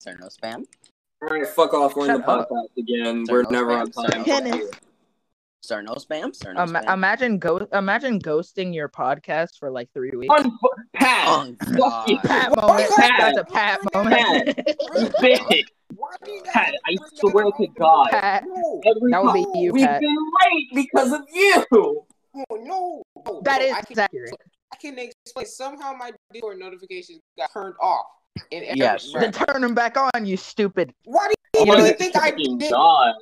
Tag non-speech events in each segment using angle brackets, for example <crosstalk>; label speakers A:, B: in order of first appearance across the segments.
A: Is there no spam?
B: All right, fuck off. We're in the
C: Shut up.
B: podcast again.
A: Sorry, no
B: We're never
A: spam,
B: on
A: sorry,
B: time.
A: no
C: Kenneth.
A: Is there no spam? Is there no
C: Um,
A: spam?
C: imagine go- imagine ghosting your podcast for like three weeks.
B: Un- Pat,
A: oh,
B: fucking
A: God.
C: <laughs> Pat moment.
B: Pat.
C: That's a pat moment.
B: you bitch. <laughs>
D: Why do you guys
B: Pat, I
D: bring
B: swear
D: that
B: to
D: up?
B: God.
C: <laughs> Pat.
D: No,
B: Every
C: That would be
B: time-
C: you,
B: We've
C: Pat.
B: been late because of you.
D: no, no, no.
C: That is
D: I can,
C: accurate.
D: I can explain. Somehow my Discord notifications got turned off. And every-
A: Yes,
B: <laughs>
D: Bruh.
C: Then turn them back on, you stupid. <laughs>
D: Why do
B: Oh
D: you
B: my
D: really think I
B: fucking
D: did?
B: God.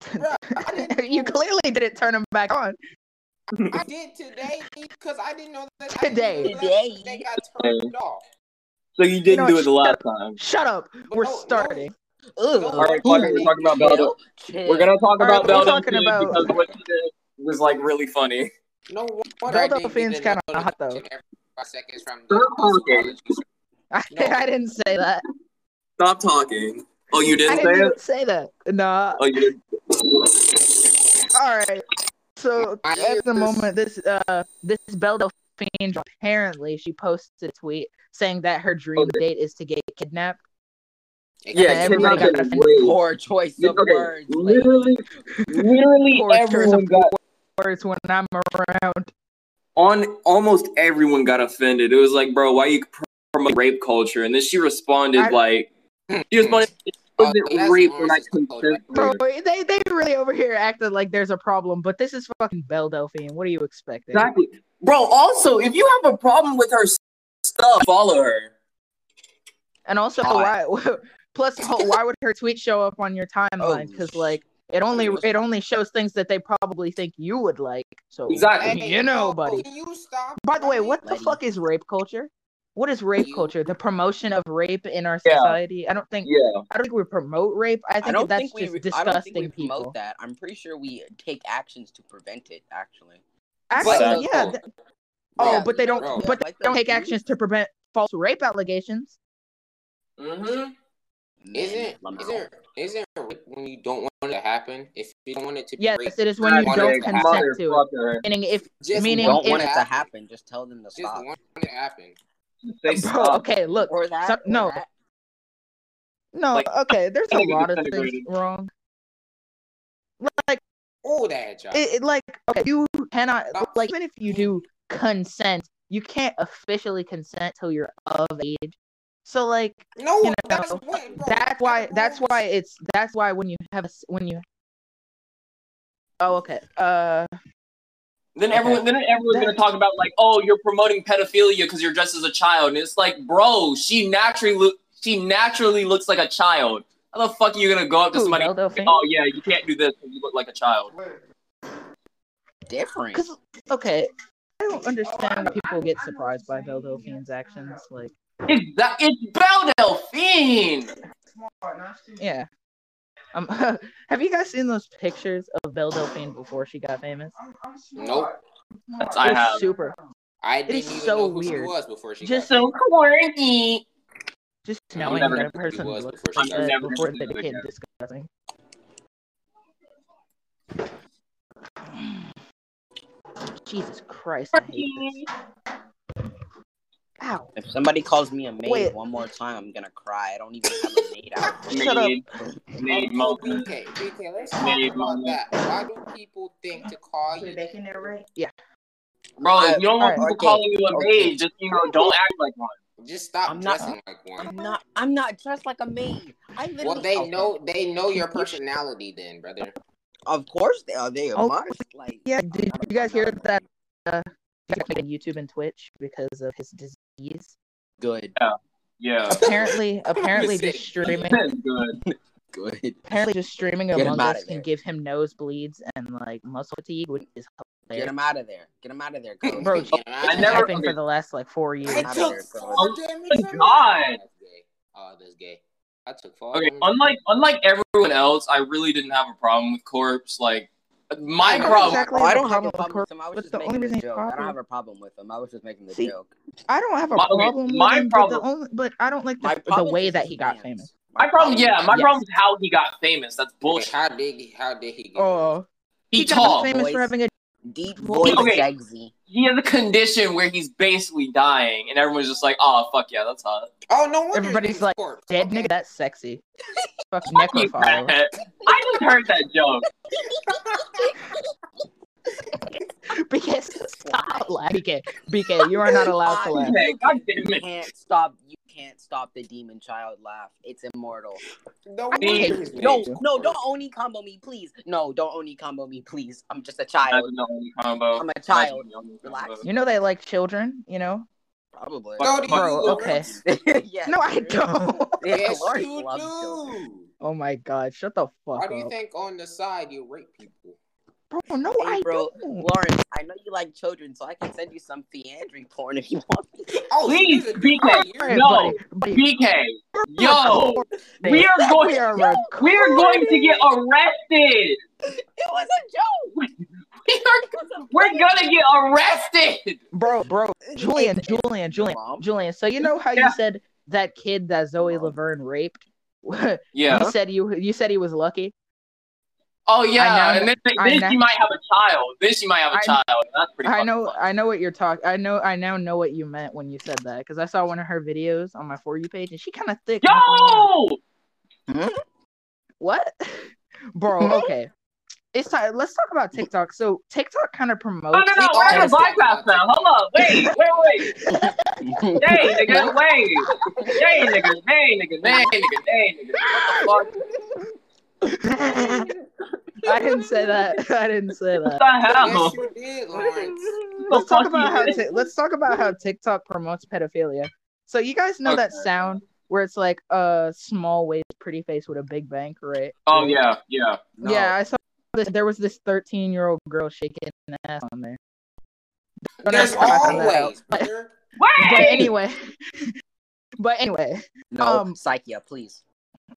D: bruh? I
B: <laughs>
C: <laughs>
D: didn't-
C: you clearly didn't turn them back on. <laughs>
D: I did today because I didn't know that
C: Today.
D: I didn't know that they got turned off.
B: So you didn't
C: know
B: do
C: what,
B: it the last time.
C: Shut up.
D: But
C: We're
D: no, no,
C: starting. <laughs>
A: Ugh.
D: All
B: All right, fuck it, We're talking about Belgium.
A: Chill.
B: We're gonna talk
C: All right,
B: about
C: we're
B: Belgium
C: talking
B: too,
C: about-
B: because what she did was like really funny.
D: No wonder I
C: Dildo
D: didn't
C: fan's
D: get
C: kinda
D: another
C: hot, though.
D: every Five seconds from
B: They're
D: the
C: I, <laughs>
D: No.
C: I didn't say that.
B: Stop talking. Oh, you
C: I
B: didn't
C: didn't
B: say
C: even
B: it.
C: say that. Nah.
B: Oh, you didn't.
C: All right. So
D: My
C: at the
D: ears-
C: moment, this uh, this Belle Delphine apparently she posted a tweet saying that her dream
B: Okay.
C: date is to get kidnapped.
B: Yeah,
C: everybody
B: kidnapping
C: got
B: is
C: offended.
B: way-
A: Poor choice of
B: Okay,
A: words. lady.
B: literally, literally
C: Poor choice of
B: everyone got
C: Words when I'm around.
B: on almost everyone got offended. It was like, bro, why you promote rape culture? And then she responded
C: I-
B: like, she responded, it wasn't
D: Oh, <laughs> that's
B: rape when I
D: racist
B: consent.
C: Bro, they they really over here acted like there's a problem, but this is fucking Belle Delphine. What are you expecting?
B: Exactly, bro. Also, if you have a problem with her stuff, follow her.
C: And also,
A: God.
C: why? <laughs>
B: <laughs>
C: Plus, ho- why would her tweet show up on your timeline?
B: Oh,
C: Because like it only it only shows things that they probably think you would like. So
B: Exactly.
C: you know,
D: no,
C: buddy.
D: Can you stop?
C: By the way, what the
A: Buddy.
C: fuck is rape culture? What is rape
D: You-
C: culture? The promotion of rape in our
B: Yeah.
C: society? I don't think
B: Yeah,
C: I don't think we promote rape. I think
A: I don't
C: that's
A: think we.
C: just
A: I don't think we
C: disgusting
A: promote
C: people.
A: that. I'm pretty sure we take actions to prevent it. Actually.
C: Actually,
B: But-
C: yeah. th- oh,
A: Yeah,
C: but they don't.
D: bro.
C: but they
A: Like
C: don't take
A: those
C: actions to prevent false rape allegations.
B: mm-hmm.
D: Isn't
A: Men,
D: isn't isn't rape when you don't want it to happen? If you don't want it to be
C: Yes,
D: rape,
C: it is when you
D: Right,
C: don't
D: like,
C: consent to it. Meaning, if
D: just
C: meaning
A: don't
C: if-
A: want it to happen. Just tell them to
D: Just
A: stop.
D: want it to happen.
B: They
C: bro,
B: stop.
C: okay, look,
A: Or that.
C: so-
A: or
C: no,
A: that.
C: no,
B: Like,
C: okay. There's a
B: kinda get
C: lot of things
B: disintegrated.
C: wrong. Like,
D: All that, y'all.
C: it, it- like, okay, you cannot,
D: Stop.
C: like, even if you do consent, you can't officially consent till you're of age. So, like,
D: no,
C: you
D: that's
C: know,
D: what, bro.
C: that's why. That's
D: rules.
C: why it's. That's why when you have a s- when you. Oh, okay. Uh,
B: Then
C: Okay.
B: everyone, then everyone's gonna talk about like, oh, you're promoting pedophilia because you're dressed as a child, and it's like, bro, she naturally lo- she naturally looks like a child. How the fuck are you gonna go up to somebody? Oh yeah, you can't do this because you look like a child.
A: Different.
C: Because okay, I don't understand why people get surprised by Belle Delphine's actions. Like,
B: It's that it's Belle Delphine.
C: yeah. Um, <laughs> have you guys seen those pictures of Belle Delphine before she got famous?
D: Nope,
B: That's I
C: It's
B: have.
C: super,
D: I didn't
C: is
D: even
C: so
D: know who she
C: weird.
D: was before she
C: Just
D: got
B: So corny.
C: just
D: I'm
C: knowing
B: never
C: that a
B: gonna
C: person
D: was
C: looks
D: before
C: like
D: she-
B: I'm
C: that
B: never
C: before
B: gonna
C: they
B: do it
C: became
B: again.
C: disgusting. Jesus Christ! I hate this. Ow!
A: If somebody calls me a maid
C: Wait.
A: one more time, I'm gonna cry. I don't even have a maid
C: <laughs>
A: out.
C: Shut up.
B: Made, made
D: Oh,
B: moment.
D: BK, BK, let's talk
B: Made
D: about
B: moment.
D: that. Why do people think to call you?
B: Bro, if you don't want people
A: Alright, okay,
B: calling you a
A: okay.
B: maid, just you know, don't act like one.
D: Just stop
A: I'm not-
D: dressing like one.
A: I'm not. I'm not dressed like a maid. I literally.
D: Well, they
A: okay.
D: know they know your personality, then, brother.
A: Of course they are. They
C: Oh,
A: must. Like.
C: Yeah, did you guys hear that? Uh, on YouTube and Twitch because of his disease.
A: Good.
B: Yeah.
C: apparently, apparently,
D: Listen,
C: just streaming,
B: That's <laughs> good.
A: Good.
C: apparently, just streaming
A: Get him
C: Among
A: out
C: Us
A: of
C: can
A: there.
C: give him nosebleeds and like muscle fatigue, which is
A: <laughs> Get
C: hilarious.
A: him out of there. Get him out of there. Go.
C: Bro,
D: And
C: It's
B: I
C: been
B: never-
C: happening for
B: okay.
C: the last like four years.
D: I
A: Not
D: took
A: there, bro.
D: four damage.
B: Thank Oh God.
D: That's gay. Oh, that's gay. I took four.
B: Okay,
D: damage.
B: unlike unlike everyone else, I really didn't have a problem with corpse. Like my
D: I know
B: problem
C: exactly
A: Oh, I
C: the
A: don't have a
C: problem
A: problem
C: with
A: with him. I was
C: but
A: just
C: the
A: making
C: only
A: the
C: reason
A: joke. I
C: proper-
A: don't have a problem with him. I was just making the
C: See,
A: joke.
C: I don't have a
B: My- okay,
C: problem.
B: my
C: with him, but the
B: problem-
C: only, but I don't like
A: My
C: the, the
A: problem
C: way
A: is
C: that
A: his
C: he got
A: hands.
C: famous.
B: My problem, yeah, my
C: Yes.
B: problem is how he got famous. That's
D: Wait,
B: bullshit.
D: how did he? How did he get?
C: Oh,
B: He
C: got
B: talked.
C: famous
A: boys.
C: for having a
A: Deep voice
B: Okay.
A: sexy.
B: He has a condition where he's basically dying, and everyone's just like, "Oh fuck yeah, that's hot."
D: Oh no wonder
C: Everybody's
D: he's
C: like,
D: corpse.
C: Dead
D: Okay.
C: nigga, that's sexy. Fuck
B: Fuck you,
C: necrophile.
B: Pat. I just heard that joke.
C: <laughs> BK, stop laughing. BK, BK, you are not allowed to laugh.
B: Okay, God damn
A: You
B: it.
A: can't stop. You can't stop the demon child laugh. It's immortal.
D: No
A: I
D: wonder
B: mean,
D: his
A: No,
D: name's
A: no,
C: <laughs>
D: corpse.
A: don't oni combo me, please. No, don't oni combo me, please. I'm just a
B: That's
A: child.
B: the only combo.
A: I'm a child.
B: That's the only
A: Relax.
B: combo.
C: You know they like children, you know?
A: Probably.
D: No, do
B: Bro,
D: you
C: okay.
A: <laughs> yeah.
C: No, I don't. <laughs>
A: Yeah,
D: Yes,
A: Lori
D: you
A: loves children.
D: do.
C: Oh my god, shut the fuck
D: Why
C: up.
D: do you think on the side you rape people?
C: bro, no,
A: Hey,
C: I
A: bro,
C: don't.
A: Lawrence, I know you like children, so I can send you some Fiandry porn if you want.
D: Oh,
B: Please,
D: he's a-
B: BK,
D: you're-
B: no.
C: buddy,
B: BK,
C: we're
B: yo,
C: recording.
B: we are going-
C: We are
B: we are going to get arrested.
A: It was a joke.
B: We are, we're gonna get arrested.
C: bro, bro, Julian, Julian, Julian,
A: Mom?
C: Julian. So you know how
B: Yeah.
C: you said that kid that Zoe
A: Mom.
C: Laverne raped? <laughs>
B: Yeah.
C: You said you you said he was lucky.
B: Oh
C: I
B: yeah,
C: know-
B: and then,
C: I
B: then
C: know-
B: she might have a child. Then she might have a
C: I-
B: child. That's pretty.
C: I
B: fucking
C: know,
B: funny.
C: I know what you're talking. I know, I now know what you meant when you said that because I saw one of her videos on my for you page and she kind of thick. I'm not gonna lie.
B: Yo,
C: what, <laughs> bro?
A: Hmm?
C: Okay, it's time. Let's talk about TikTok. So TikTok kind of
B: no, <laughs>
C: promotes. <laughs>
B: no, no, we're gonna
D: Yes.
B: bypass now. Hold up, wait, wait, wait. Hey, nigga, wait. Hey, nigga, hey, nigga, hey, nigga, hey, nigga. What the
C: I didn't say that. <laughs> I didn't say that.
B: fuck? What the hell?
D: Yes, you did, Lawrence.
B: The
C: let's talk
B: fuck
C: about
B: you
C: how
B: did?
C: ti- let's talk about how TikTok promotes pedophilia. So you guys know that
B: Okay.
C: sound where it's like a small waist pretty face with a big bank, right?
B: Oh yeah, yeah.
A: No.
C: Yeah, I saw this. There was this 13 year old girl shaking an ass on there. Don't
D: There's
C: ask me how I found that out.
D: always.
C: <laughs>
D: brother.
B: Wait.
C: But anyway, <laughs> but anyway,
A: No,
C: Um,
A: Psyche, please.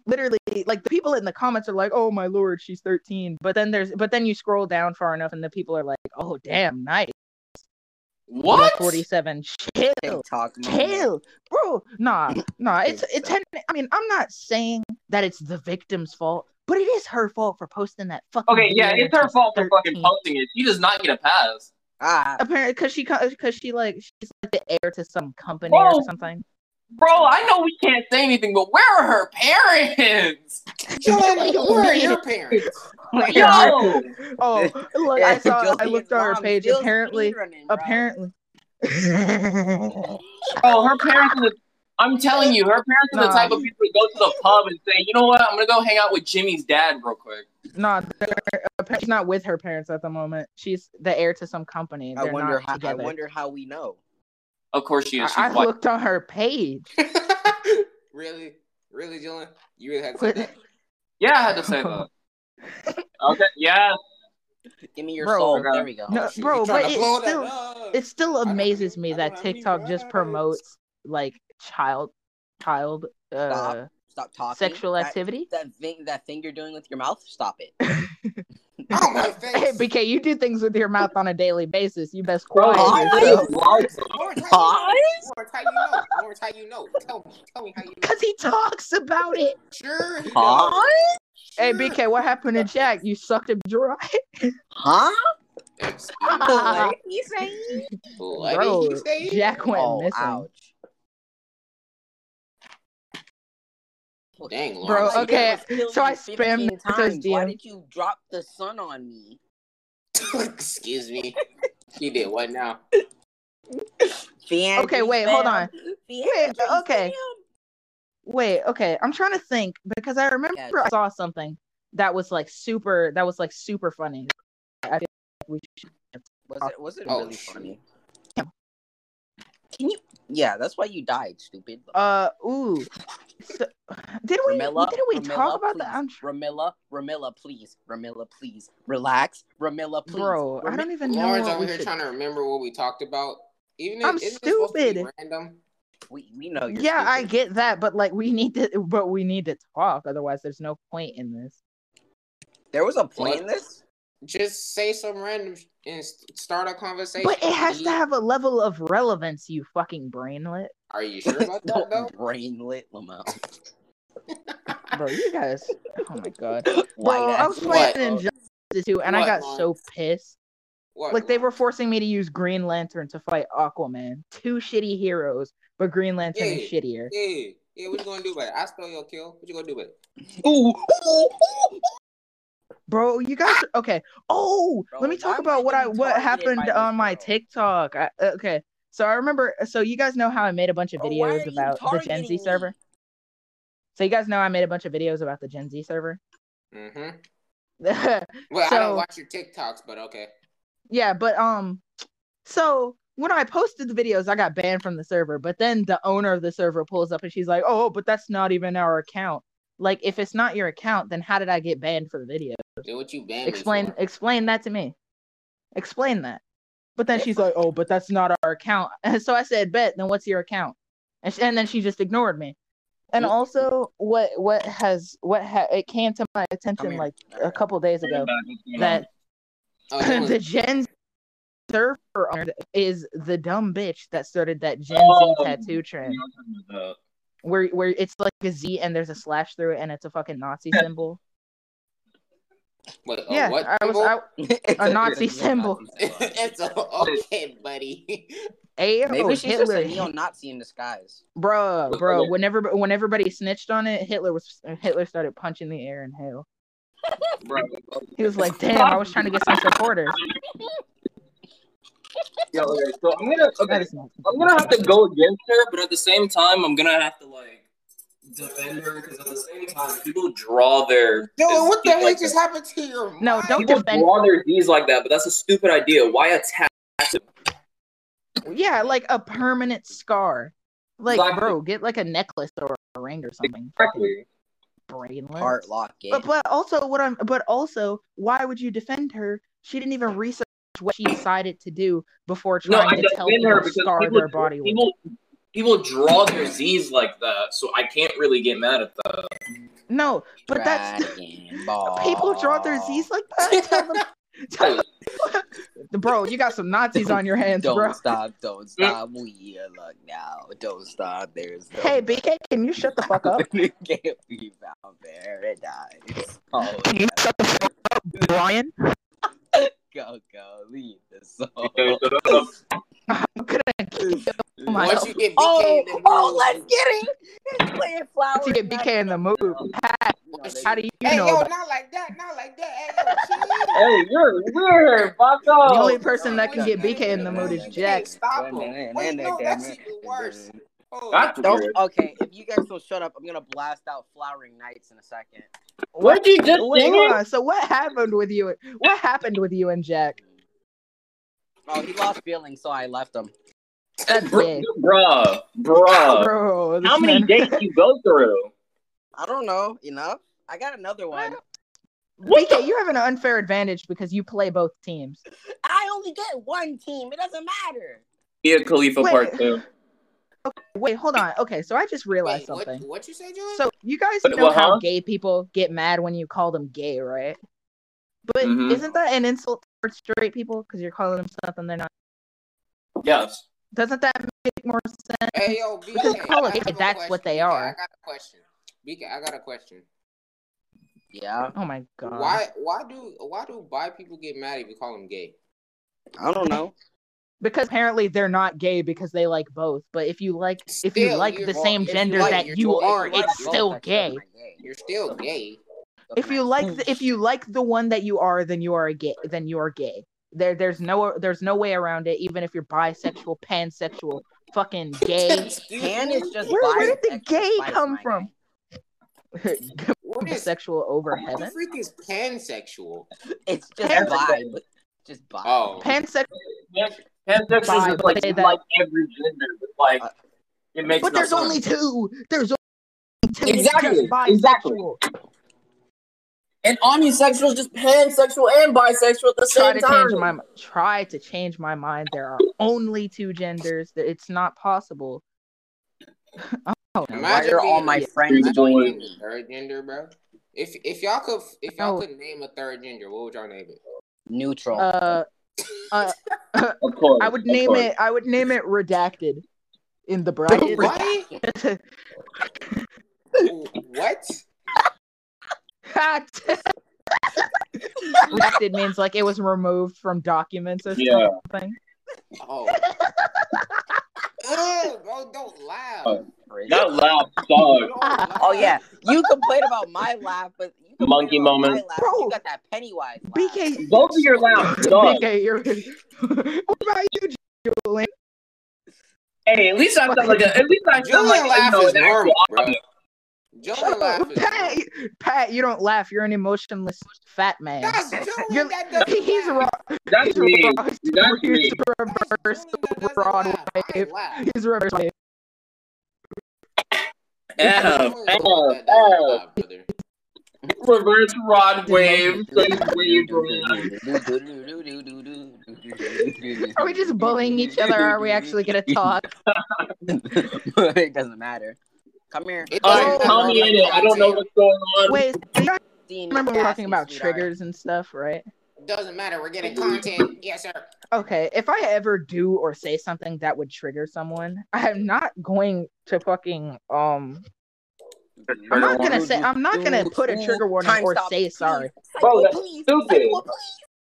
C: literally, like the people in the comments are like, "Oh my lord, she's 13." But then there's, but then you scroll down far enough, and the people are like, "Oh damn, nice."
B: What?
C: 47. Chill.
A: TikTok. moment.
C: Hell, bro. Nah, nah.
A: Okay,
C: It's it's. techni- I mean, I'm not saying that it's the victim's fault, but it is her fault for posting that fucking.
B: Okay, yeah,
C: video
B: it's
C: when
B: her
C: she's
B: fault for fucking
C: 13.
B: posting it. She does not get a pass.
A: Ah,
C: Apparently, because she because she like she's like the heir to some company
B: Whoa.
C: or something.
B: Bro, I know we can't say anything, but where are her
C: <laughs>
B: parents?
D: Dylan, where are your parents?
B: Yo!
C: Oh,
A: <laughs>
C: look, I saw. I
A: Julian's
C: looked on her
A: mom
C: page.
A: still
C: Apparently,
A: speedrunning, bro.
C: apparently.
B: Bro, her parents are the I'm telling you, her parents are the
C: Nah.
B: type of people who go to the pub and say, you know what, I'm gonna go hang out with Jimmy's dad real quick.
C: Nah, they're- apparently she's not with her parents at the moment. She's the heir to some company.
A: I
C: They're
A: wonder
C: not
A: how. I
C: together.
A: wonder how we know.
B: Of course she is. She's
C: I- I
B: white.
C: looked on her page.
D: <laughs> really? Really, Dylan? You really had to say
C: Quit-
D: that?
B: Yeah, I had to say that.
C: <laughs>
B: okay, yeah.
A: Give me your
C: Bro.
A: soul. There we go.
C: No,
D: Shit, you
C: bro,
D: trying
C: but
D: to
C: it
D: blow that
C: still-
D: up.
C: it still
D: don't-
C: amazes me
D: I
C: that
D: don't have any
C: TikTok just
D: rights.
C: promotes like child child uh,
A: Stop Stop talking.
C: sexual
A: That-
C: activity.
A: That thing, that thing you're doing with your mouth. Stop it.
D: Oh, my face.
C: <laughs> <laughs> Hey, BK, you do things with your mouth on a daily basis. You best
B: Bro,
C: quiet
A: I-
B: <laughs>
C: yourself.
D: Lawrence, how you
A: Pause?
D: know? Lawrence, how you know? Lawrence, how you know? Tell me. Tell me how you know.
C: Cause he talks about it.
D: Sure. he
A: Pause?
D: knows.
C: Hey
D: Sure.
C: BK, what happened to Jack? You sucked him dry. <laughs>
A: Huh?
C: Bro,
A: you saying?
C: <laughs>
D: What did he say?
C: Jack went
A: Oh,
C: missing.
A: ouch. Oh,
D: Dang,
C: Bro,
D: Lawrence.
A: Like,
C: okay,
A: that was killed
C: so I
A: you
C: spammed
A: 15
C: Naruto's
A: times. Why
C: DM.
A: did you drop the sun on me?
D: <laughs>
C: <laughs>
D: Excuse me. He did what now?
A: Fiandry
C: Okay, wait, hold on.
A: Fiandry
C: okay. Wait, okay. I'm trying to think because I remember
A: Yeah.
C: I saw something that was like super that was like super funny. I feel like we should
A: Was it was it
D: Oh,
A: really
D: shoot.
A: funny?
C: Yeah.
A: Can you? Yeah, that's why you died, stupid.
C: Uh, ooh. So, did we
A: Ramilla,
C: did we
A: Ramilla,
C: talk about
A: please.
C: that? I'm tr-
A: Ramilla, Ramilla, please. Ramilla, please. Relax. Ramilla, please.
C: bro, I
A: Rami-
C: don't even know.
D: Lawrence
C: what
D: over
C: we
D: here
C: should-
D: trying to remember what we talked about. Even
C: I'm
D: if, isn't this supposed to be
C: stupid.
D: Random.
A: we, we know you're
C: e Yeah, I
A: stupid.
C: get that, but like we need to, <laughs> but we need to talk. Otherwise, there's no point in this.
A: There was a play in
D: What?
A: this?
D: Just say some random sh- and s- start a conversation.
C: But it has
D: Are
C: to
D: you-
C: have a level of relevance, you fucking brainlet,
D: Are you sure
C: <laughs>
D: about that though?
A: Don't brainlet Lamont.
C: bro. You guys, oh my god,
A: White
C: <laughs> bro. I
A: ass
C: was
A: white.
C: playing in Injustice too, and I
D: What,
C: got so
D: Lawrence?
C: pissed.
D: What?
C: Like they were forcing me to use Green Lantern to fight Aquaman. Two shitty heroes, but Green Lantern
D: Yeah.
C: is shittier.
D: Yeah, yeah. What you gonna do about it? I stole your kill. What you gonna do about it?
A: Ooh, ooh, ooh.
C: Bro, you guys okay. Oh,
A: Bro,
C: let me
A: why
C: talk
A: would
C: about
A: you
C: what
A: be
C: I what
A: targeted
C: happened
A: by this
C: on my
A: girl?
C: TikTok. I, uh, okay. So I remember so you guys know how I made a bunch of
A: Bro, why are
C: videos
A: you
C: about the Gen
A: targeting
C: Z
A: me?
C: server? So you guys know I made a bunch of videos about the Gen Z server. <laughs>
D: Mm-hmm.
C: yeah,
D: Well, I
C: So-
D: don't watch your TikToks, but okay.
C: but um so when I posted the videos, I got banned from the server, but then the owner of the server pulls up and she's like, "Oh, but that's not even our account." Like if it's not your account, then how did I get banned for the video?
D: Do what you banned me
C: explain
D: for.
C: explain that to me explain that but then she's like oh but that's not our account <laughs> so i said bet then what's your account and, she, and then she just ignored me and
D: Yep.
C: also what what has what ha- it came to my attention
A: here.
C: like a couple days ago that
D: Oh, that
C: <clears throat>
D: was-
C: <coughs> the gen Z server owner is the dumb bitch that started that gen
B: Oh.
C: z tattoo trend
B: Uh,
C: where where it's like a z and there's a slash through it and it's a fucking nazi
A: <laughs>
C: symbol
D: wait, a
C: yeah
D: what?
C: i was
D: symbol?
C: I,
A: <laughs>
C: a nazi symbol
D: <laughs>
C: <laughs>
D: it's a okay, <laughs> buddy.
C: Ayo,
A: Maybe she's just
C: Oh, Hitler,
A: a neo-Nazi in disguise.
C: bro,
B: Look,
C: bro.
B: look.
C: When every, when everybody snitched on it, Hitler was Hitler started punching the air in hell.
B: bro,
C: He was like, "Damn, I was trying to get some supporters."
B: yo, okay, so I'm gonna <laughs> okay,
C: That is not-
B: I'm gonna have to go against her, but at the same time, I'm gonna have to like defend her because at the same time, people draw their
D: Dude, what the
B: like
D: heck
B: that.
D: <laughs> just happened to your
C: No,
D: mind?
C: don't
B: people
C: defend-
B: draw their D's like that, but that's a stupid idea. Why attack?
C: <laughs> yeah, like a permanent scar. Like,
B: Exactly.
C: bro, get like a necklace or a ring or something. Fucking
B: Exactly.
C: brainless.
A: Heart locket.
C: But but also what I'm but also why would you defend her? She didn't even research what she decided to do before
B: No,
C: trying
B: I
C: to tell
B: defend
C: people
B: her
C: her
B: because
C: scar
B: people,
C: their body with.
B: people, people draw their Z's like that, so I can't really get mad at that.
C: No, but that's <laughs>
A: Dragon Ball.
C: people draw their Z's like <laughs> that. Tell them- tell them- <laughs> bro, you got some Nazis on your hands,
A: Don't
C: bro.
A: stop, don't stop. We are luck now. Don't stop. There's no
C: Hey, BK, can you shut the
A: <laughs>
C: fuck up?
A: can't be found paradise.
C: <laughs>
A: Oh,
C: Can you shut the fuck up, Brian?
A: go, go, leave
C: <laughs>
A: the
B: Okay,
A: soul.
B: so that's a
C: I'm gonna kill
A: Oh
C: my.
D: Once you get BK
A: Oh,
D: in the
A: oh,
C: <laughs>
D: mood-
A: let's get him. He's playing flowers.
C: to get BK in the mood. Pat, how do you
D: hey,
C: know?
D: yo,
C: about-
D: not like that, not like that. Hey, yo, chill.
B: Hey, you're weird. Fuck
C: the
B: off.
C: only person that can get BK in the mood is Jack.
D: Stop him. Wait, no, that's even worse. <laughs> Oh,
B: That's
A: Don't,
B: weird.
A: okay, if you guys don't shut up, I'm gonna blast out flowering nights in a second.
B: What did you just
C: Wait,
B: sing?
C: hold on. So what happened with you? What happened with you and Jack?
A: Oh, he lost feelings, so I left him.
C: That's gay.
B: Bruh, bruh.
C: Bro, this
B: How many
C: man-
B: dates you go through?
A: I don't know, enough. I got another one.
B: What
C: BK, you have an unfair advantage because you play both teams.
A: I only get one team. It doesn't matter.
B: Yeah, Khalifa
C: Wait.
B: Part Two.
C: Wait, hold on. Okay, so I just realized
D: Wait, what,
C: something.
D: what you say, Julian?
C: So you guys
B: But-
C: know
B: well,
C: how
B: huh?
C: gay people get mad when you call them gay, right? But
B: Mhm.
C: isn't that an insult towards straight people because you're calling them something they're not?
B: Yes.
C: Doesn't that make more sense?
D: hey, yo, BK,
C: <laughs> Because call it
D: I have
C: if
D: a
C: that's what
D: question.
C: they
D: BK,
C: are.
D: I got a question. BK, I got a question.
A: Yeah,
C: Oh my god!
D: Why, why do, why do bi people get mad if you call them gay?
A: I don't know.
C: Because apparently they're not gay because they like both. But if you like, if you
D: Still,
C: like
D: you're
C: the
D: wrong.
C: same
D: If you
C: gender
D: like-
C: that
D: if
C: you
D: you like-
C: are,
D: if you like
C: it's
D: both,
C: still gay.
D: You're
C: <laughs>
D: still gay.
C: If you like, the, if you like the one that you are, then you are a gay. Then you are gay. There, there's no, there's no way around it. Even if you're bisexual, pansexual, fucking gay,
A: Pan is just
C: Where- where
A: bisexual,
C: did the gay
A: bisexual,
C: come
A: my
C: from?
D: What is
C: sexual over
D: what the
C: heaven.
D: freak is pansexual?
A: guy. It's just
C: Pan-
A: vibe. Just vibe.
D: Oh,
C: Pansexual,
B: Pansexuals
C: Bye,
B: is like,
C: but
B: you
C: that-
B: like every gender, but like
A: Uh,
B: it makes.
C: but
B: no
C: there's
B: sense.
C: only two. There's only two. It's
B: Exactly,
C: just
B: exactly.
C: bisexual.
B: and omnisexual is just pansexual and bisexual at the
C: Try
B: same
C: to
B: time.
C: change my mi- try to change my mind. There are only two genders. That it's not possible. <laughs> oh, no.
A: Why are all my
D: Yeah.
A: friends
B: Yeah.
A: joining
D: the
A: me?
D: third gender, bro. If if y'all could if y'all
C: No.
D: could name a third gender, what would y'all name it?
A: Neutral.
C: Uh,
B: Of course,
C: I would
B: of
C: name
B: course.
C: it. I would name it redacted. In the bracket.
D: What? <laughs> what?
C: <laughs> Hacked. not nested means like it was removed from documents or
B: Yeah.
C: something.
D: Oh. Ugh, oh, don't laugh.
B: Oh, Not loud, dog.
D: Don't laugh.
A: <laughs> Oh yeah, you complain about my laugh, but you complain
B: Monkey
A: about
B: moment.
A: my laugh,
C: Bro.
A: You got that Pennywise. Laugh.
C: BK,
B: Both of your
C: <laughs>
B: loud, dog.
C: BK, you're. what about you, Julian?
B: Hey, at least I sound like a. At least I sound
D: Julian
B: like a, you
D: laugh
B: know,
D: is
B: an actual
D: normal, bro.
C: <laughs>
D: Julian laugh is
C: Pat, Pat, you don't laugh. You're an emotionless fat man.
D: That's Julian.
C: You're-
D: That
C: <laughs>
D: doesn't
C: he's
D: laugh.
C: wrong.
B: That's
C: He's
B: me.
C: wrong.
B: That's me.
C: He's reverse
D: That's Julian that doesn't
C: Broadway.
D: laugh. I ain't laugh.
C: He's reverse wave.
B: Yeah.
D: Julian
B: Yeah.
D: that doesn't
B: Yeah.
D: laugh, brother.
B: Reverse rod wave. Like, wave around.
A: <laughs>
C: Are we just bullying each other? Or are we actually gonna talk?
A: it doesn't matter. Come here.
D: It
B: All
D: doesn't
B: right,
D: matter.
B: call me in it. I don't know what's going on.
C: Oh, Wait, you guys
A: Seeing
C: remember we're
A: your
C: talking about
A: nasty, sweetheart.
C: triggers and stuff, right?
D: Doesn't matter. We're getting content. Yes, sir.
C: Okay, if I ever do or say something that would trigger someone, I am not going to fucking um. I'm not gonna say. I'm not gonna put a trigger warning
A: Time
C: or
A: stop.
C: say sorry.
B: Bro, that's
A: please.
B: stupid.
A: Psycho, please.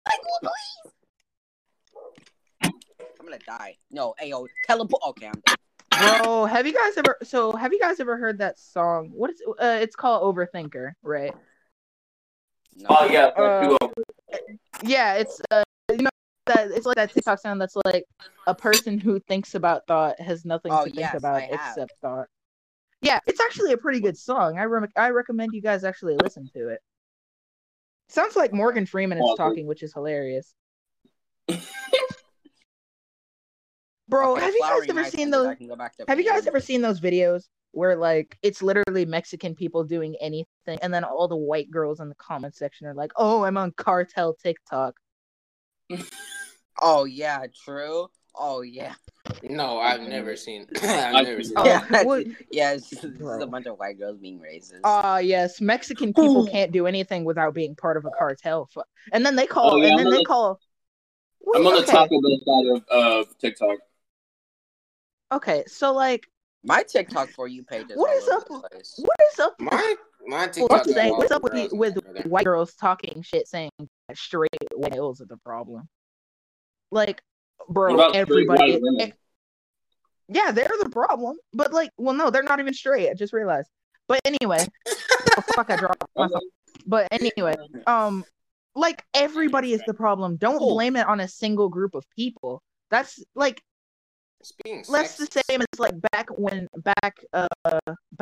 A: Psycho, please. I'm gonna die. No, ayo, teleport. Okay, I'm done.
C: Bro, Oh, have you guys ever? So, have you guys ever heard that song? What is? Uh, it's called Overthinker, right?
A: No.
B: Oh yeah,
C: uh,
B: let's do
C: Yeah, it's uh, you know that it's like that TikTok sound that's like a person who thinks about thought has nothing
A: Oh,
C: to think
A: yes,
C: about
A: I have.
C: except thought. Yeah, it's actually a pretty good song. I re- I recommend you guys actually listen to it. Sounds like Morgan Freeman is
B: Awesome.
C: talking, which is hilarious. Bro,
A: Okay,
C: have you
A: flowering
C: guys ever
A: nights
C: seen
A: ended. I
C: those?
A: can go back to
C: Have you guys
A: painting.
C: ever seen those videos where like it's literally Mexican people doing anything, and then all the white girls in the comment section are like, "Oh, I'm on cartel TikTok."
A: Oh yeah, true. Oh yeah. <laughs>
D: No, I've never seen. I've
B: I-
D: never seen.
A: <laughs>
C: Oh,
A: Yeah, that's-
C: what-
A: Yeah, it's just, this is
C: Bro.
A: a bunch of white girls being racist.
C: Ah, yes, Mexican people
A: Ooh.
C: can't do anything without being part of a cartel. Fu- And then they call,
B: Oh, yeah,
C: and
B: I'm
C: then
B: on
C: they
B: the-
C: call.
B: it. I'm on the
C: okay.
B: Taco Bell side of uh, TikTok.
C: Okay, so like,
A: My TikTok for you page is
C: What
A: all
C: is
A: over
C: up-
A: the place.
C: what is up? with
D: My my
C: people
D: TikTok.
C: saying-
D: got
C: what's up
D: wild
C: with the-
D: girls,
C: with
D: brother.
C: white girls talking shit, saying that straight white girls are the problem? Like,
B: What
C: bro,
B: about straight
C: everybody. eh,
B: white women?
C: yeah, they're the problem. But like, well, no, they're not even straight. I just realized. But anyway, oh, fuck, I dropped myself. But anyway, um, like everybody is the problem. Don't
A: Cool.
C: blame it on a single group of people. That's like
D: It's being
C: that's the
D: sexist.
C: same as like back when back uh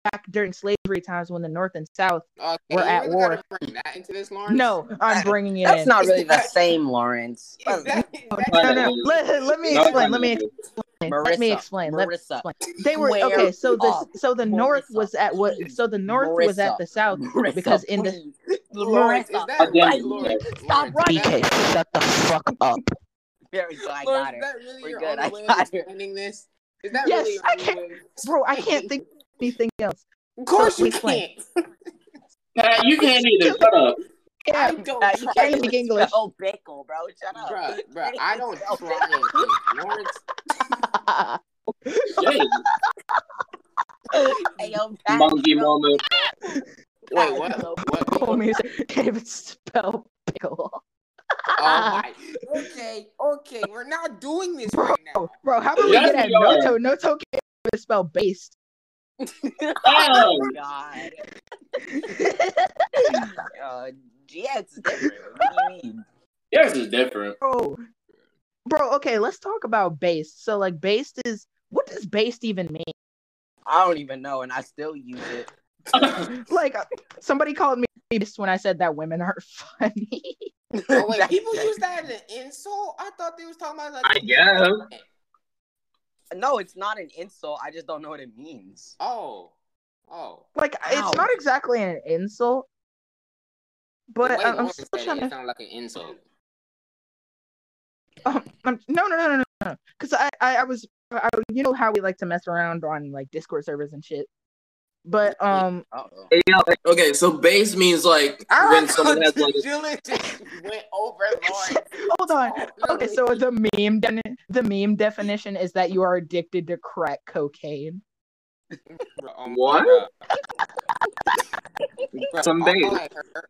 C: back during slavery times when the North and South.
D: Okay,
C: We're
D: you
C: at
D: really
C: war.
D: gotta Bring that into this, Lawrence.
C: No,
B: <laughs>
C: I'm bringing it
A: That's
C: in.
A: not really the
D: Exactly.
A: same,
C: <laughs>
A: Lawrence.
D: Is that- is that-
C: No, no. Let, let me explain. Let me explain. let me
A: Marissa,
C: explain. Let me
A: Marissa,
C: explain. They were
A: Square
C: okay. So
A: up,
C: the so the North
A: Marissa.
C: was at what? So the North was at
A: Marissa.
C: the South
A: Marissa,
C: because in the
A: please.
D: Lawrence, is
A: Marissa,
D: that
B: Again,
D: right,
B: Lawrence.
D: Lawrence?
A: Stop
D: Lawrence,
A: right.
D: is that-
A: shut the fuck up. There we go. I
D: Lawrence,
A: got
D: is
A: her.
D: that really
A: We're
D: your
A: good,
D: only
A: I
D: way of
A: got her.
D: explaining this? Is that
C: Yes,
D: really your
C: I
D: only
C: can't-
D: way?
C: <laughs> bro, I can't think of anything else.
D: Of course
C: so
D: you
C: explain.
D: can't.
B: Pat, you can't either. Shut up.
C: Yeah,
D: I don't
A: Uh,
D: try.
A: you can't
C: speak
A: even <laughs>
C: English.
A: spell pickle, bro. Shut up.
D: Bruh, bruh, I don't
A: Spell
D: try and think. Lawrence,
B: Shit.
C: <laughs>
A: pickle. <laughs> Hey, yo, Pat,
B: Monkey
A: spell
B: moment.
A: pickle.
D: wait,
A: Pat,
D: what?
A: spell
D: What?
C: Homie can't even spell pickle.
D: Oh my. Okay, okay, we're not doing this right now.
C: <laughs> Bro, bro, how about we
B: Yes,
C: get at
B: we are.
C: Noto? Noto can't even spell based.
B: Oh,
A: Oh God. <laughs> uh, yeah, it's different. What do you mean?
B: yours is different. <laughs>
C: <laughs> Bro, bro, okay, let's talk about based. So, like, based is what does based even mean?
A: I don't even know, and I still use it.
C: Like, uh, somebody called me based when I said that women aren't <laughs> funny. <laughs>
D: Oh, wait,
A: That-
D: people use that as an insult? I thought they was talking about like.
B: I guess.
A: No, it's not an insult. I just don't know what it means.
D: Oh. Oh.
C: like,
A: Ow.
C: it's not exactly an insult, but um,
D: The way
C: I'm, I'm
D: Lawrence
C: still
D: said
C: trying
D: it,
C: to
D: it sounded like an insult.
C: um, um, no, no, no, no, no, no. Because I, I, I was, I, you know how we like to mess around on like Discord servers and shit. But um,
A: Uh oh.
B: Okay, so base means like when someone has like.
D: <laughs> Julian just went over Lawrence.
C: <laughs> hold on. Okay, so the meme, den- the meme definition is that you are addicted to crack cocaine. oh
B: What? Some base.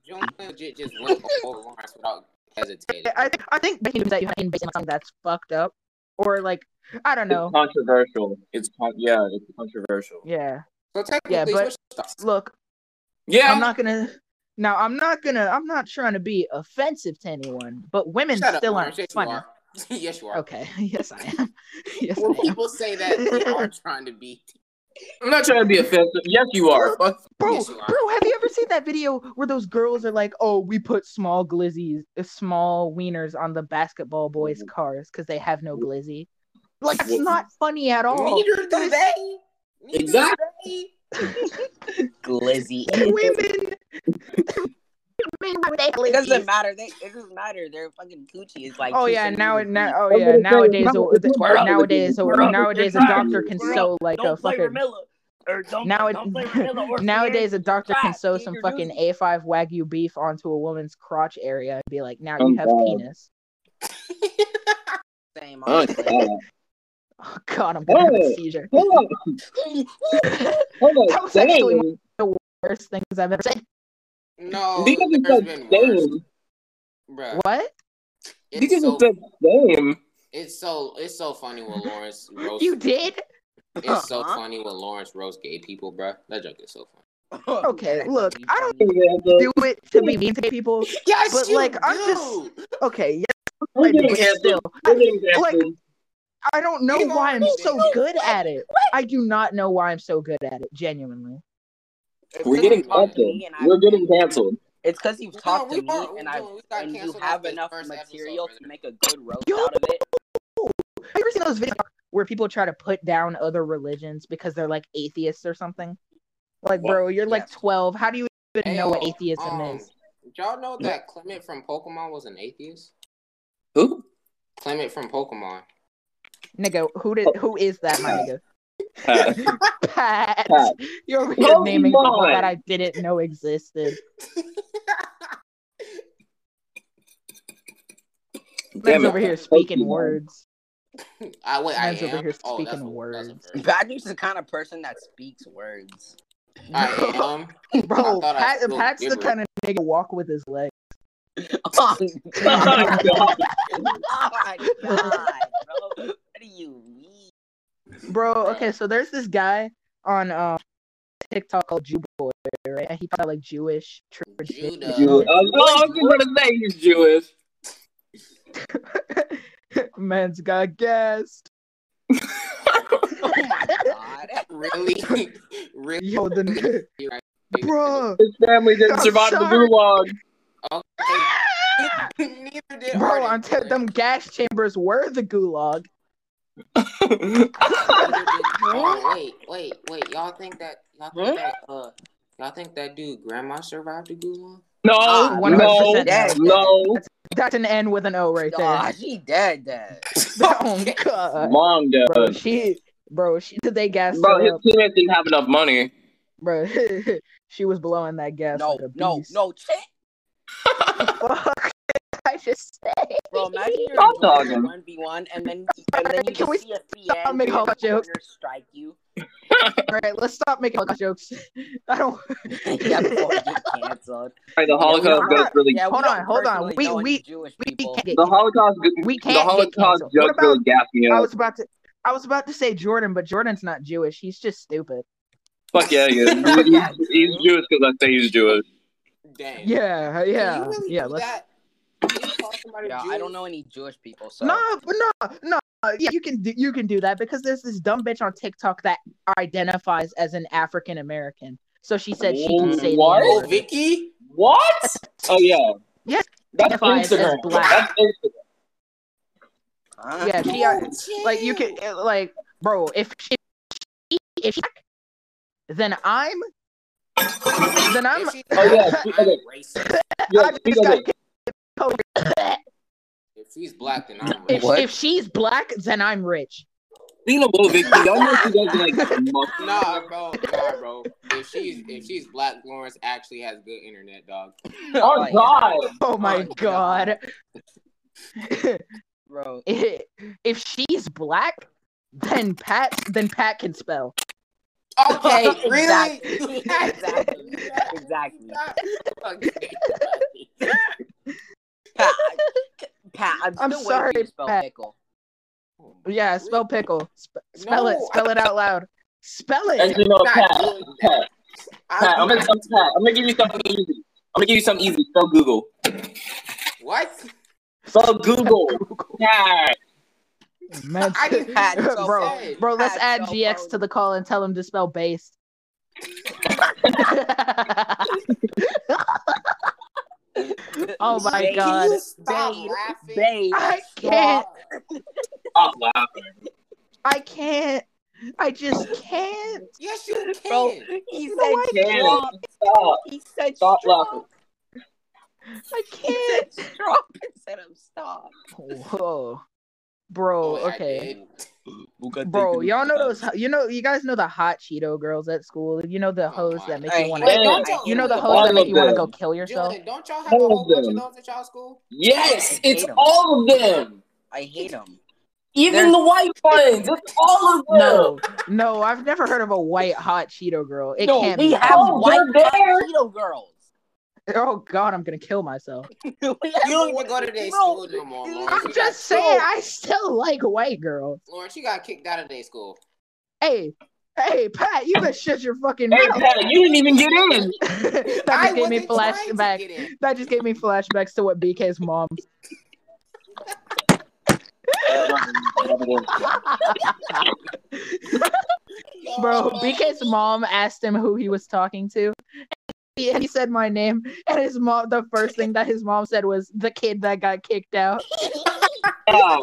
D: Julian legit just went over Lawrence without hesitated.
C: I think I think making that you have based on something that's fucked up, or like I don't know.
B: It's controversial. It's con- yeah, it's controversial.
C: Yeah,
D: So technically,
C: Yeah, but-
D: switch thoughts.
C: look,
B: Yeah,
C: I'm not gonna. Now I'm not gonna. I'm not trying to be offensive to anyone, but women
D: Shut up,
C: still
D: Lawrence.
C: aren't funny.
D: Yes, you are. <laughs> yes, you are.
C: Okay. <laughs> Yes, I am. Yes,
D: When
C: I am.
D: people say that, they are trying
C: <laughs>
D: to be.
B: I'm not trying to be offensive. Yes, you are. <laughs> Fuck
C: Bro,
D: Yes, you are.
C: bro, have you ever seen that video where those girls are like, "Oh, we put small glizzies, uh, small wieners on the basketball boys' cars because they have no glizzy." Like, it's not funny at all.
D: Neither do they. Neither
B: Exactly.
D: do
A: Glizzy.
C: <laughs>
A: <laughs>
C: Women, women, they
A: It doesn't matter. They, it doesn't matter. They're fucking Gucci is like.
C: Oh
A: two
C: yeah, now it
A: centimeters deep.
C: now oh yeah, nowadays
B: no,
C: a-
B: it's not-
C: nowadays a-
B: We're not-
C: nowadays a
B: it's not-
C: doctor can
B: we're not-
C: sew like a
A: don't play
C: fucking
A: Ramilla. Or don't,
C: Now it-
A: don't play Ramilla or
C: nowadays a doctor can
A: Fat,
C: sew
A: eat
C: some
A: your
C: fucking
A: noodles.
C: A5 wagyu beef onto a woman's crotch area and be like, "Now
B: Oh,
C: you have
B: God.
C: penis." <laughs>
D: they.
A: Same,
B: Oh,
A: honestly.
B: <laughs> God.
C: Oh god, I'm gonna have
B: Hey. <laughs>
C: a seizure.
B: Hold on. Hold on.
C: That was actually
B: Dang.
C: Worst things I've ever said.
D: no,
B: These
D: there's
B: niggas
D: been
B: said
D: worse,
B: same.
D: bruh.
C: What?
D: It's
B: These
D: so,
B: niggas said same.
D: it's so it's so funny <laughs> when Lawrence roast.
C: You did?
D: It's so
A: Huh?
D: funny when Lawrence roasts gay people, bruh. That joke is so funny.
A: <laughs>
C: Okay, look, I don't
B: Niggas
C: do it to be mean to people.
D: <laughs> Yes,
C: But,
D: you
C: like, I'm
D: do.
C: Okay, yes,
B: We're
C: I do,
B: getting
C: but
B: canceled.
C: still,
B: We're getting
C: Like-
B: canceled.
C: I don't know
D: You know
C: why I'm
D: what?
C: so
D: You know
C: good at it. I do not know why I'm so good at it. Genuinely.
B: We're getting canceled. We're getting <laughs> canceled.
A: It's because you've
D: No,
A: talked
D: we
A: to me,
D: are-
A: and
D: no,
A: I
D: we got
A: and you
D: canceled
A: have
D: after the
A: enough
D: first
A: material
D: episode,
A: to make a good roast
C: Yo.
A: out of it.
C: Have you ever seen those videos where people try to put down other religions because they're like atheists or something? Like,
B: Yeah.
C: bro, you're like
A: Yeah.
C: 12. How do you even know what
D: Ayo,
C: atheism
D: um,
C: is?
D: did Y'all know that Clement from Pokemon was an atheist?
A: <laughs>
B: Who?
D: Clement from Pokemon.
C: Nigga, who did who is that, my
D: <laughs>
C: nigga?
B: Uh,
C: <laughs> Pat.
B: Pat.
C: You're over here
B: Pokemon.
C: naming people that I didn't know existed.
B: damn
C: Man's
B: it.
C: over here speaking
B: Pokemon.
C: words.
D: I wait. I
C: Man's over
D: am.
C: here
D: oh,
C: speaking
D: that's a- that's a
C: words.
D: first.
A: Badger's the kind of person that speaks words. <laughs>
D: I am.
C: Bro,
D: thought I
C: Pat,
D: spoke
C: Pat's the
D: gibberish.
C: kind of nigga walk with his leg.
A: Oh,
C: <laughs>
A: God.
B: <laughs> God.
A: Oh, my God, bro. What do you mean?
C: Bro, okay, so there's this guy on um TikTok called Jew Boy, right? And he probably like Jewish tradition.
D: Judah.
B: Jew- uh, no, <laughs> I was just gonna say he's Jewish.
C: <laughs> Man's got gassed.
A: Oh, my God.
D: Really, <laughs> really.
C: Yo, the
A: <laughs>
C: bro,
B: His family didn't
C: I'm
B: survive the
C: Oh, sorry.
B: gulag. <laughs>
D: Okay. <laughs> Neither did
C: bro,
D: Arden,
C: I'm telling them gas chambers were the gulag.
D: Neither did- oh, wait, wait, wait. Y'all think that? Y'all think
A: Huh?
D: that? Uh, y'all think that dude grandma survived the gulag?
B: No,
A: Ah,
B: no,
C: 100% dead.
B: no.
C: That's an N with an O <laughs> right
A: Aw,
C: there.
A: she dead, dead.
C: <laughs>
A: <laughs>
C: Oh god,
B: Mom
C: bro,
B: does.
C: she, bro, she did they gas
B: Bro,
C: her
B: his
C: up,
B: teammates didn't have enough money.
C: bro. <laughs> she was blowing that gas
A: No,
C: like a
A: no,
C: beast.
A: no, shit.
C: <laughs> Fuck, <laughs> I just say.
A: Bro, imagine you're
B: Stop
A: enjoying
B: talking.
A: one v one, and then and then you
C: Can we
A: just see a
C: <laughs> stop
A: fiend
C: making all
A: in the
C: that jokes?
A: corner strike you. <laughs>
C: All right, let's stop making fuck jokes. <laughs> I don't.
A: yeah, before you get canceled.
B: Right, the
A: Yeah,
B: Holocaust
A: we
B: goes
C: don't-
B: really.
A: Yeah, we
C: Hold
A: don't
C: on, hold on.
A: personally
C: We-
A: know any
C: we-
A: Jewish
C: We
A: people.
C: can't get.
B: The Holocaust.
C: We
B: the
C: can't get
B: Holocaust
C: canceled.
B: joke
C: What about-
B: really gassed me
C: I
B: up.
C: was about to. I was about to say Jordan, but Jordan's not Jewish. He's just stupid.
B: Fuck
C: <laughs>
B: yeah, he is. He's- he's, he's Jewish because I say he's Jewish.
D: Dang.
C: Yeah,
D: Can
C: yeah,
D: you really
C: yeah.
D: do
C: Let's.
D: that? Can you call somebody
A: Yeah, I
D: Jewish?
A: don't know any Jewish people, so
C: No, no, no. Yeah, you can do you can do that because there's this dumb bitch on TikTok that identifies as an African American. So she said she can say the
B: What?
D: Oh,
C: N-word.
D: Vicky.
B: What? Oh yeah.
C: Yeah,
B: That's
C: identifies as
B: Instagram.
C: black.
B: That's Instagram.
A: Huh?
C: Yeah, she
D: Oh,
C: like you can
D: chill.
C: like bro. If she if she, then I'm then I'm.
D: If <laughs> she-
B: Oh, yeah, she-
D: I'm
B: okay.
D: racist.
B: Yeah,
C: I
B: she
C: just
B: does
C: got
B: it.
D: If she's black, then I'm
C: if,
D: racist.
A: What?
C: if she's black, then I'm rich.
B: Being a little bit, y'all know she does
C: <laughs>
B: like muscle.
D: Nah, bro, nah, bro. If she's if she's black, Lawrence actually has good internet, dog.
B: Oh God.
C: Oh my
A: Oh,
C: god.
A: God. bro.
C: <laughs> if she's black, then Pat then Pat can spell.
D: Okay, really?
A: <laughs> Exactly. exactly. exactly.
D: Okay.
A: Yeah, I'm,
C: I'm
A: still
C: sorry,
A: waiting for you to spell
C: Pat.
A: pickle.
C: Yeah, spell pickle. Sp- spell it.
D: No,
C: Spell it out loud. Spell
B: As
C: it.
B: you know,
D: Not
B: Pat,
D: good.
B: Pat, Pat, I'm gonna,
D: I,
B: I'm, Pat, I'm gonna give you something easy. I'm gonna give you something easy. Spell Google.
D: what?
B: Spell
C: <laughs>
B: Google. Pat.
C: Man, <laughs>
D: I didn't
A: Pat, so
C: bro,
D: sorry.
C: bro, let's
A: Pat,
C: add
A: so
C: GX to the call and tell him to spell based. <laughs> oh my
A: Babe,
D: Can
C: god.
D: you stop
A: Babe,
D: laughing?
A: babe.
C: I can't.
B: Stop laughing.
C: I can't. I just can't.
D: Yes, you can.
A: Bro, he
C: No,
A: said
C: I
B: can't.
A: straw.
B: Stop.
A: He said
B: Stop
A: straw.
B: laughing.
C: I
A: <laughs> He
C: can't.
A: said straw instead of stop.
C: Whoa.
D: Oh,
C: Bro,
D: I
C: okay.
D: did.
C: Bro, y'all know those you know you guys know the hot Cheeto girls at school. You know the hoes that make
A: I
C: you want
D: Wait,
C: to
B: hate
D: don't
B: Yeah.
D: y'all-
C: you know the
B: whole-
C: hoes that make you want to
B: them.
C: go kill yourself.
D: Dylan, don't y'all have a whole bunch of those at y'all school?
B: Yes, it's
A: Hate 'em.
B: all of them.
A: I hate him.
B: Even
A: There's-
B: the white ones. It's all of them.
C: No, no, I've never heard of a white hot Cheeto girl. It
A: no,
C: can't
A: we
C: be.
A: have
B: Oh,
A: white
B: they're there.
A: Cheeto girls.
C: Oh God, I'm gonna kill myself.
A: <laughs> you
D: You don't
C: <laughs>
D: even go to their school no more.
A: I'm
D: Lawrence.
C: I'm
D: You
C: just
D: got-
C: saying, I still like white girls.
D: Lawrence, you got kicked out of day school.
C: Hey, hey, Pat, you better shut your fucking
B: Hey,
C: mouth.
B: Pat, you didn't even get in.
C: <laughs> that
D: I
C: just gave me
D: wasn't trying to
C: flashbacks.
D: get in.
C: That just gave me flashbacks to what BK's mom. Bro, BK's mom asked him who he was talking to. He- And he said my name, and his mom. The first thing that his mom said was the kid that got kicked out. <laughs>
B: Wow.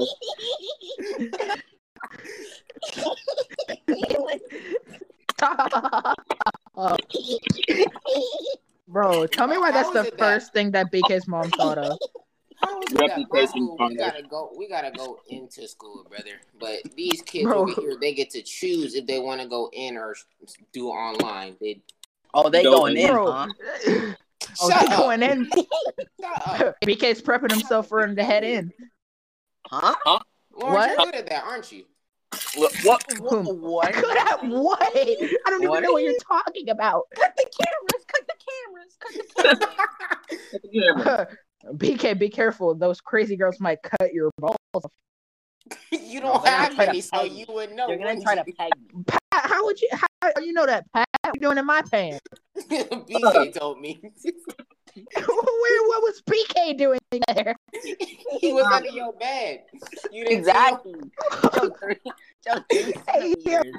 C: Bro, tell me why
D: How
C: that's
D: is
C: the
D: it that-
C: first thing that BK's mom thought of.
D: How is it that my
B: Reputation
D: school, we
B: funded.
D: gotta go. We gotta go into school, brother. But these kids
C: Bro.
D: over here, they get to choose if they want to go in or do online. They
A: Oh, they
B: Go
A: going in,
C: Bro.
A: huh?
C: Oh,
D: shut,
C: they
D: up.
C: going in. <laughs>
D: shut up.
C: BK's prepping himself for him to head in.
A: Huh?
D: Lawrence,
C: What?
D: you're good at that, aren't you? <laughs>
B: What? what?
A: <laughs> What?
C: Boom.
A: what?
C: <laughs> Good at what? I don't even
A: What?
C: know what you're talking about.
A: Cut the cameras! Cut the cameras! Cut the cameras!
C: <laughs> BK, be careful. Those crazy girls might cut your balls.
D: you
A: No, they're
D: don't
A: gonna
D: have
A: try to
D: any, so
A: fight you.
D: you would know.
A: <laughs> They're gonna
D: wouldn't
A: try to <laughs> peg me.
C: Pat, how would you? How how you know that, Pat? What you doing in my pants?
D: <laughs> you? BK told
A: <laughs>
D: me
C: <laughs> Where? What was BK doing <laughs> there?
D: he was under your bed. You didn't
A: Exactly. Joe three, Joe <laughs> three centimeters.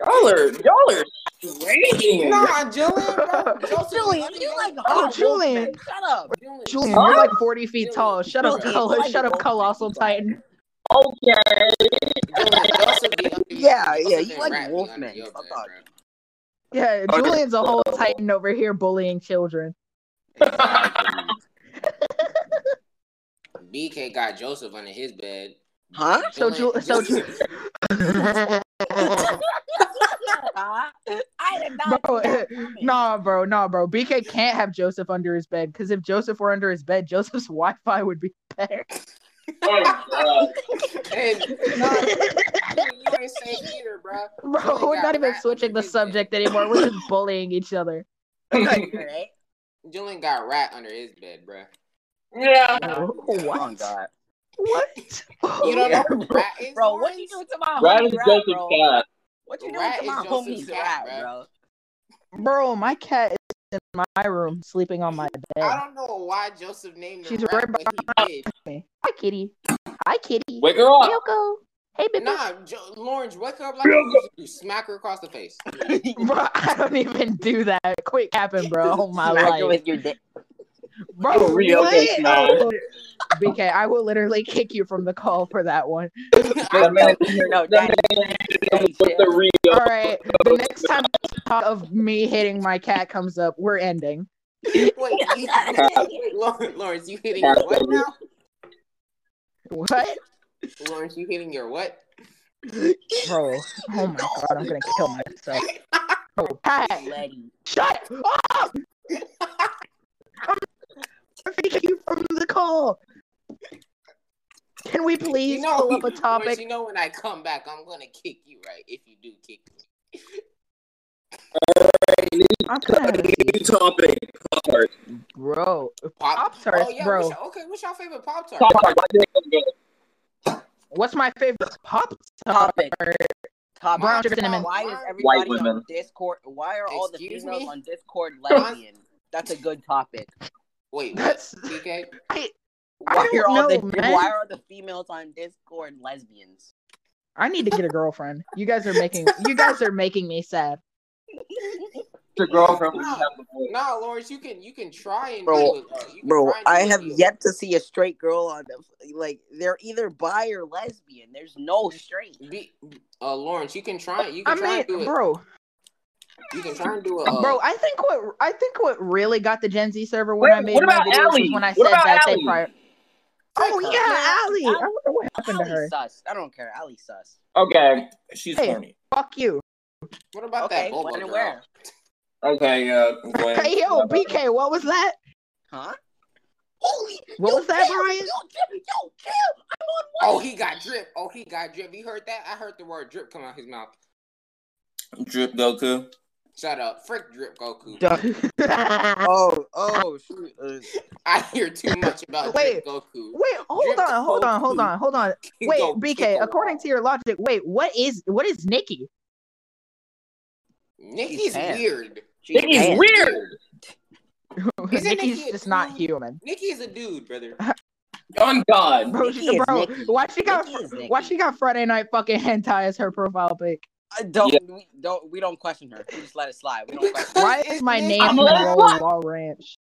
B: Y'all are y'all are straight.
D: See nah, Julian, bro. Joseph,
A: Julian,
D: under
A: you
D: your-
A: like a
C: Oh,
A: hot
C: Julian.
A: wolf, man. Shut up.
D: Julian,
C: Julian, you're like 40 feet
D: Julian,
C: tall. Shut up,
A: Julian,
C: color.
A: why
C: Shut
A: you
C: up,
A: both
C: colossal
A: like
C: titan.
B: Okay.
D: Julian, Joseph be under
A: <laughs>
D: your-
A: Yeah,
D: Joseph
A: yeah, you
D: been
A: like
D: rapping
A: Wolfman.
D: under your
A: Fuck
D: bed,
A: off.
D: bro.
C: Yeah,
B: Okay.
C: Julian's a whole titan over here bullying children. <laughs>
A: <laughs>
D: BK got Joseph under his bed.
A: Huh?
C: So Ju- so
D: <laughs> Joseph-
A: <laughs> Huh? I did not.
C: bro,
A: see <laughs> that coming.
C: nah, bro, nah, bro. BK can't have Joseph under his bed because if Joseph were under his bed, Joseph's <laughs> Wi-Fi would be better.
B: Oh,
D: and nah, Julian, you ain't safe either, bro.
C: <laughs> Bro,
D: Julian
C: we're
D: got
C: not even
D: rap
C: switching
D: under
C: the
D: his bed.
C: subject anymore. We're just bullying each other.
B: God.
A: Right?
D: Julian got rat under his bed, bro.
B: yeah.
A: Oh,
C: <laughs> What?
A: God.
C: What? <laughs>
D: You don't
A: Yeah,
D: know what rat is,
A: Bro, what
D: Lawrence?
A: you doing to my
B: Right
A: homie's
B: is
A: rap,
B: Joseph's
A: bro?
B: cat.
A: What you doing
D: Rat
A: to
D: is
A: my
D: Joseph's
A: homie's
D: cat,
A: rap,
D: bro.
A: <laughs> bro?
C: bro, my cat is in my room sleeping on my
D: I
C: bed.
D: don't know why Joseph named him
C: She's
D: rat,
C: right
D: but he
C: Hi, kitty. Hi, kitty.
B: Wake her up.
C: Yoko. Hey, baby.
D: did. Nah, jo- Lawrence, wake her up like you used to. Smack her across the
C: <laughs>
D: face.
C: Bro, I don't even do that. Quit capping, <laughs> bro. Oh my
A: Smack her
C: life.
A: with your dick.
C: Bro,
B: You're real
C: what?
B: bitch, man.
C: BK, I will literally kick you from the call for that one.
A: No, no, no,
B: That
A: daddy.
B: man is with
A: <laughs>
B: the real.
C: All right. The next time the talk of me hitting my cat comes up, we're ending.
D: Wait, you, wait, Lawrence, Lawrence, you hitting your what now?
C: What?
D: Lawrence, you hitting your what?
C: Bro. Oh
B: <laughs>
C: my god, I'm gonna kill myself. Bro, Pat,
A: Letty.
C: shut <laughs> up! I'm kicking you from the call. Can we please
D: You know,
C: pull up a
D: Lawrence,
C: topic?
D: you know when I come back, I'm gonna kick you, right? If you do kick me.
C: I'm gonna have a
B: New topic. Pop tart.
C: bro.
D: Pop-
C: Pop-Tarts,
D: oh, yeah,
C: bro.
D: What's your, okay, what's your favorite Pop Tart?
B: Pop tart.
C: What's my favorite pop <laughs> tart?
A: Topic. Topic.
C: Brown sugar cinnamon.
A: Why is everybody
B: White
A: on
B: women.
A: Discord? Why are all the
D: Excuse
A: females
D: me?
A: on Discord lesbian? That's a good topic.
C: <laughs>
D: Wait, what?
C: That's
D: DK?
C: I
A: Why are
C: don't
A: all
C: know,
A: the
C: man.
A: why are the females on Discord lesbians?
C: I need to get a girlfriend. You guys are making you guys are making me sad.
B: Your girlfriend was
D: No.
B: have before.
D: Nah, Lawrence, you can you can try and
A: Bro,
D: deal with her. You can
A: Bro,
D: try and
A: I
D: deal
A: have
D: with it.
A: yet to see a straight girl on the like they're either bi or lesbian. There's no straight.
D: Be, uh, Lawrence, you can try. You
C: I
D: can try and do
C: mean,
D: it.
C: bro,
D: You can try and do it. Uh,
C: bro, I think what I think what really got the Gen Z server when
B: Wait,
C: I made
B: what
C: my
B: about
C: videos
B: Ally?
C: was when I
B: What
C: said
B: about
C: that they
B: Ally?
C: prior. Oh yeah,
A: Yeah,
C: Allie. I wonder what happened to
A: Ally
C: her.
A: sus. I don't care. Ali sus.
B: Okay, she's
C: Hey.
B: funny.
C: Fuck you.
D: what about
A: Okay,
D: that boba
A: when and
D: girl?
A: where?
B: Okay, yeah. Gwen.
C: Hey yo, BK, what was that?
A: Huh? Holy
C: What
A: yo,
C: was that,
A: Kim,
C: Brian?
A: Yo, Kim, yo, Kim, I'm on one.
D: Oh, he got drip. Oh, he got drip. You heard that? I heard the word drip come out his mouth.
B: Drip Goku.
D: Shut up, frick drip Goku.
C: Wait,
A: Oh, oh, shoot. Uh,
D: I hear too much about
C: <laughs> Wait.
D: drip Goku. <laughs>
C: hold
D: Drip
C: on, hold on, hold on, hold on.
D: He
C: Wait,
D: go kick
C: BK,
D: a
C: according to your logic, wait, what is what is Nikki? <laughs>
D: wall. Nikki's
A: He's bad.
D: weird.
A: she's
B: Nikki's
A: bad.
B: weird.
D: Isn't
C: Nikki's
D: Nikki a
C: just not
D: dude?
C: human.
D: Nikki is a dude, brother.
B: On God.
C: Bro,
A: Nikki
C: she,
A: is
C: <laughs> bro
A: Nikki.
C: why she got
A: Nikki is Nikki.
C: why she got Friday night fucking hentai as her profile pic?
A: I don't we don't we don't question her. We just let it slide. We don't question.
C: Why is
D: It's
C: my
D: Nikki.
C: name
B: I'm
C: Roll
B: like,
C: Law
A: <laughs>
C: Ranch?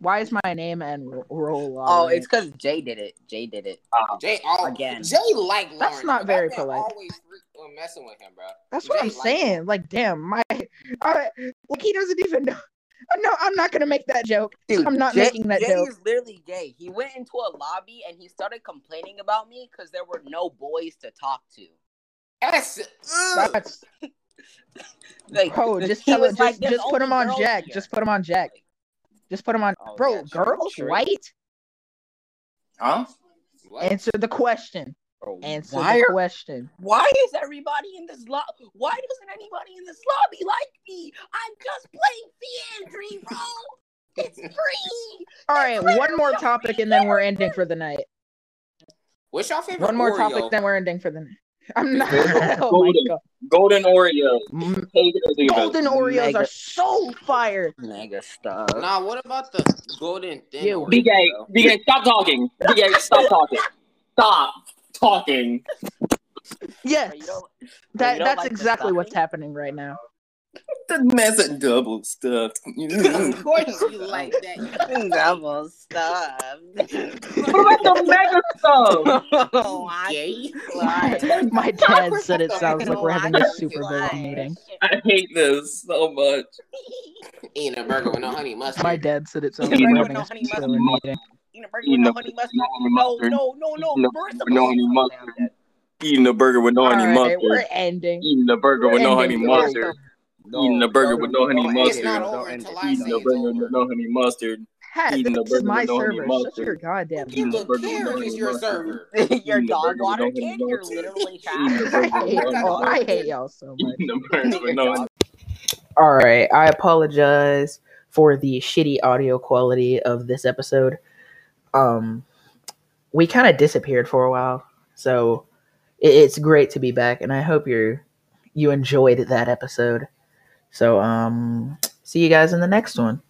C: Why is my name and Roll Law?
A: Oh, it's because Jay did it. Jay did it.
D: Jay all
A: Again.
D: Jay like Lawrence.
C: That's not
D: but
C: very
D: that man
C: polite.
D: Always freak- uh, messing with him, bro.
C: that's what
D: Jay
C: I'm
D: like-
C: saying. Like, damn, my I, like he doesn't even know. <laughs> No, I'm not gonna make that joke.
A: Dude,
C: I'm not
A: Jay,
C: making that
A: Jay
C: joke.
A: is literally gay. He went into a lobby and he started complaining about me because there were no boys to talk to.
D: That's ugh.
C: That's
A: Like,
C: Bro, just
A: he
C: tell
A: was
C: it, just,
A: like, "There's
C: just put him
A: only
C: on
A: girls
C: Jack.
A: here."
C: Just put him on Jack. Just put him on.
A: Oh,
C: bro,
A: yeah, sure,
C: girls
A: sure.
C: white.
B: Huh?
D: What?
C: Answer the question.
A: Bro,
C: Answer
A: why,
C: the
A: are,
C: question.
A: why is everybody in this lobby? Why doesn't anybody in this lobby like me? I'm just playing Fiandry, bro. <laughs> It's free.
C: All right, one more topic and then we're ending for the night.
D: What's your favorite?
C: One more
D: Oreo?
C: topic, then we're ending for the night. I'm not.
B: Golden-
C: Oh my god.
B: Golden Oreos.
C: Mm,
B: Take it or leave it.
C: Golden Oreos
A: Mega.
C: are so fire.
A: Mega stuff.
D: Nah, what about the golden thin?
C: Ew.
D: Oreo,
B: BK,
D: bro?
B: BK, stop talking. BK, stop talking. Stop talking.
C: Yes,
A: You don't-
C: that
A: you don't
C: that's
A: like the
C: exactly what's
A: stuffing?
C: happening right now.
B: The mess at double stuff.
D: Of course you
A: <laughs>
D: like that. You
A: Double
D: <laughs>
A: stuff.
B: what about the mega stuff?
D: gay. <laughs>
C: my dad said it sounds like we're having a
D: Why?
C: super bowl meeting.
B: <laughs>
D: <laughs>
B: I hate this so much.
D: Eating a burger with no honey mustard.
C: My dad said it sounds like
B: Eating
C: we're
B: a
C: having a
A: honey
C: super
A: mustard.
C: bowl meeting.
A: Peanut burger with
B: Eating
A: no
B: a-
A: honey mustard.
B: no honey
A: No,
B: mustard.
A: no, no, no.
B: Eating
A: Marissa Blaze.
B: a- with no honey mustard. Eating a burger with no
C: All
B: honey
C: right, we're
B: mustard.
C: ending.
B: Eating a burger with no honey
C: Ending. We're
B: mustard. Eating a burger with no honey
A: Don't
B: mustard.
D: It's not
A: Don't
D: over
A: end
D: until
A: it.
D: I
B: Eating
D: say
B: a
D: it's
B: burger with
D: over.
B: no honey mustard.
C: Hat,
B: Eating a
C: this is
B: burger
C: my
B: with no
C: server.
B: honey
C: Shut your
B: mustard.
C: goddamn
D: You
B: Eating a
D: don't
B: burger with
D: care
B: no
D: if
B: honey
D: it's your
B: mustard.
D: server.
A: <laughs> Your
B: Eating a
A: dog
B: burger with
A: water
B: no
A: kid,
B: honey
A: you're
B: mustard.
A: literally
B: Eating a
A: trash.
C: <laughs> I
B: burger with
C: hate
B: no
C: y'all.
B: honey
C: I
B: mustard.
C: hate y'all so much.
B: Eating a burger with no honey
E: All right, I apologize for the shitty audio quality of this episode. Um, we kind of disappeared for a while, so it, it's great to be back, and I hope you you enjoyed that episode. So, um, see you guys in the next one.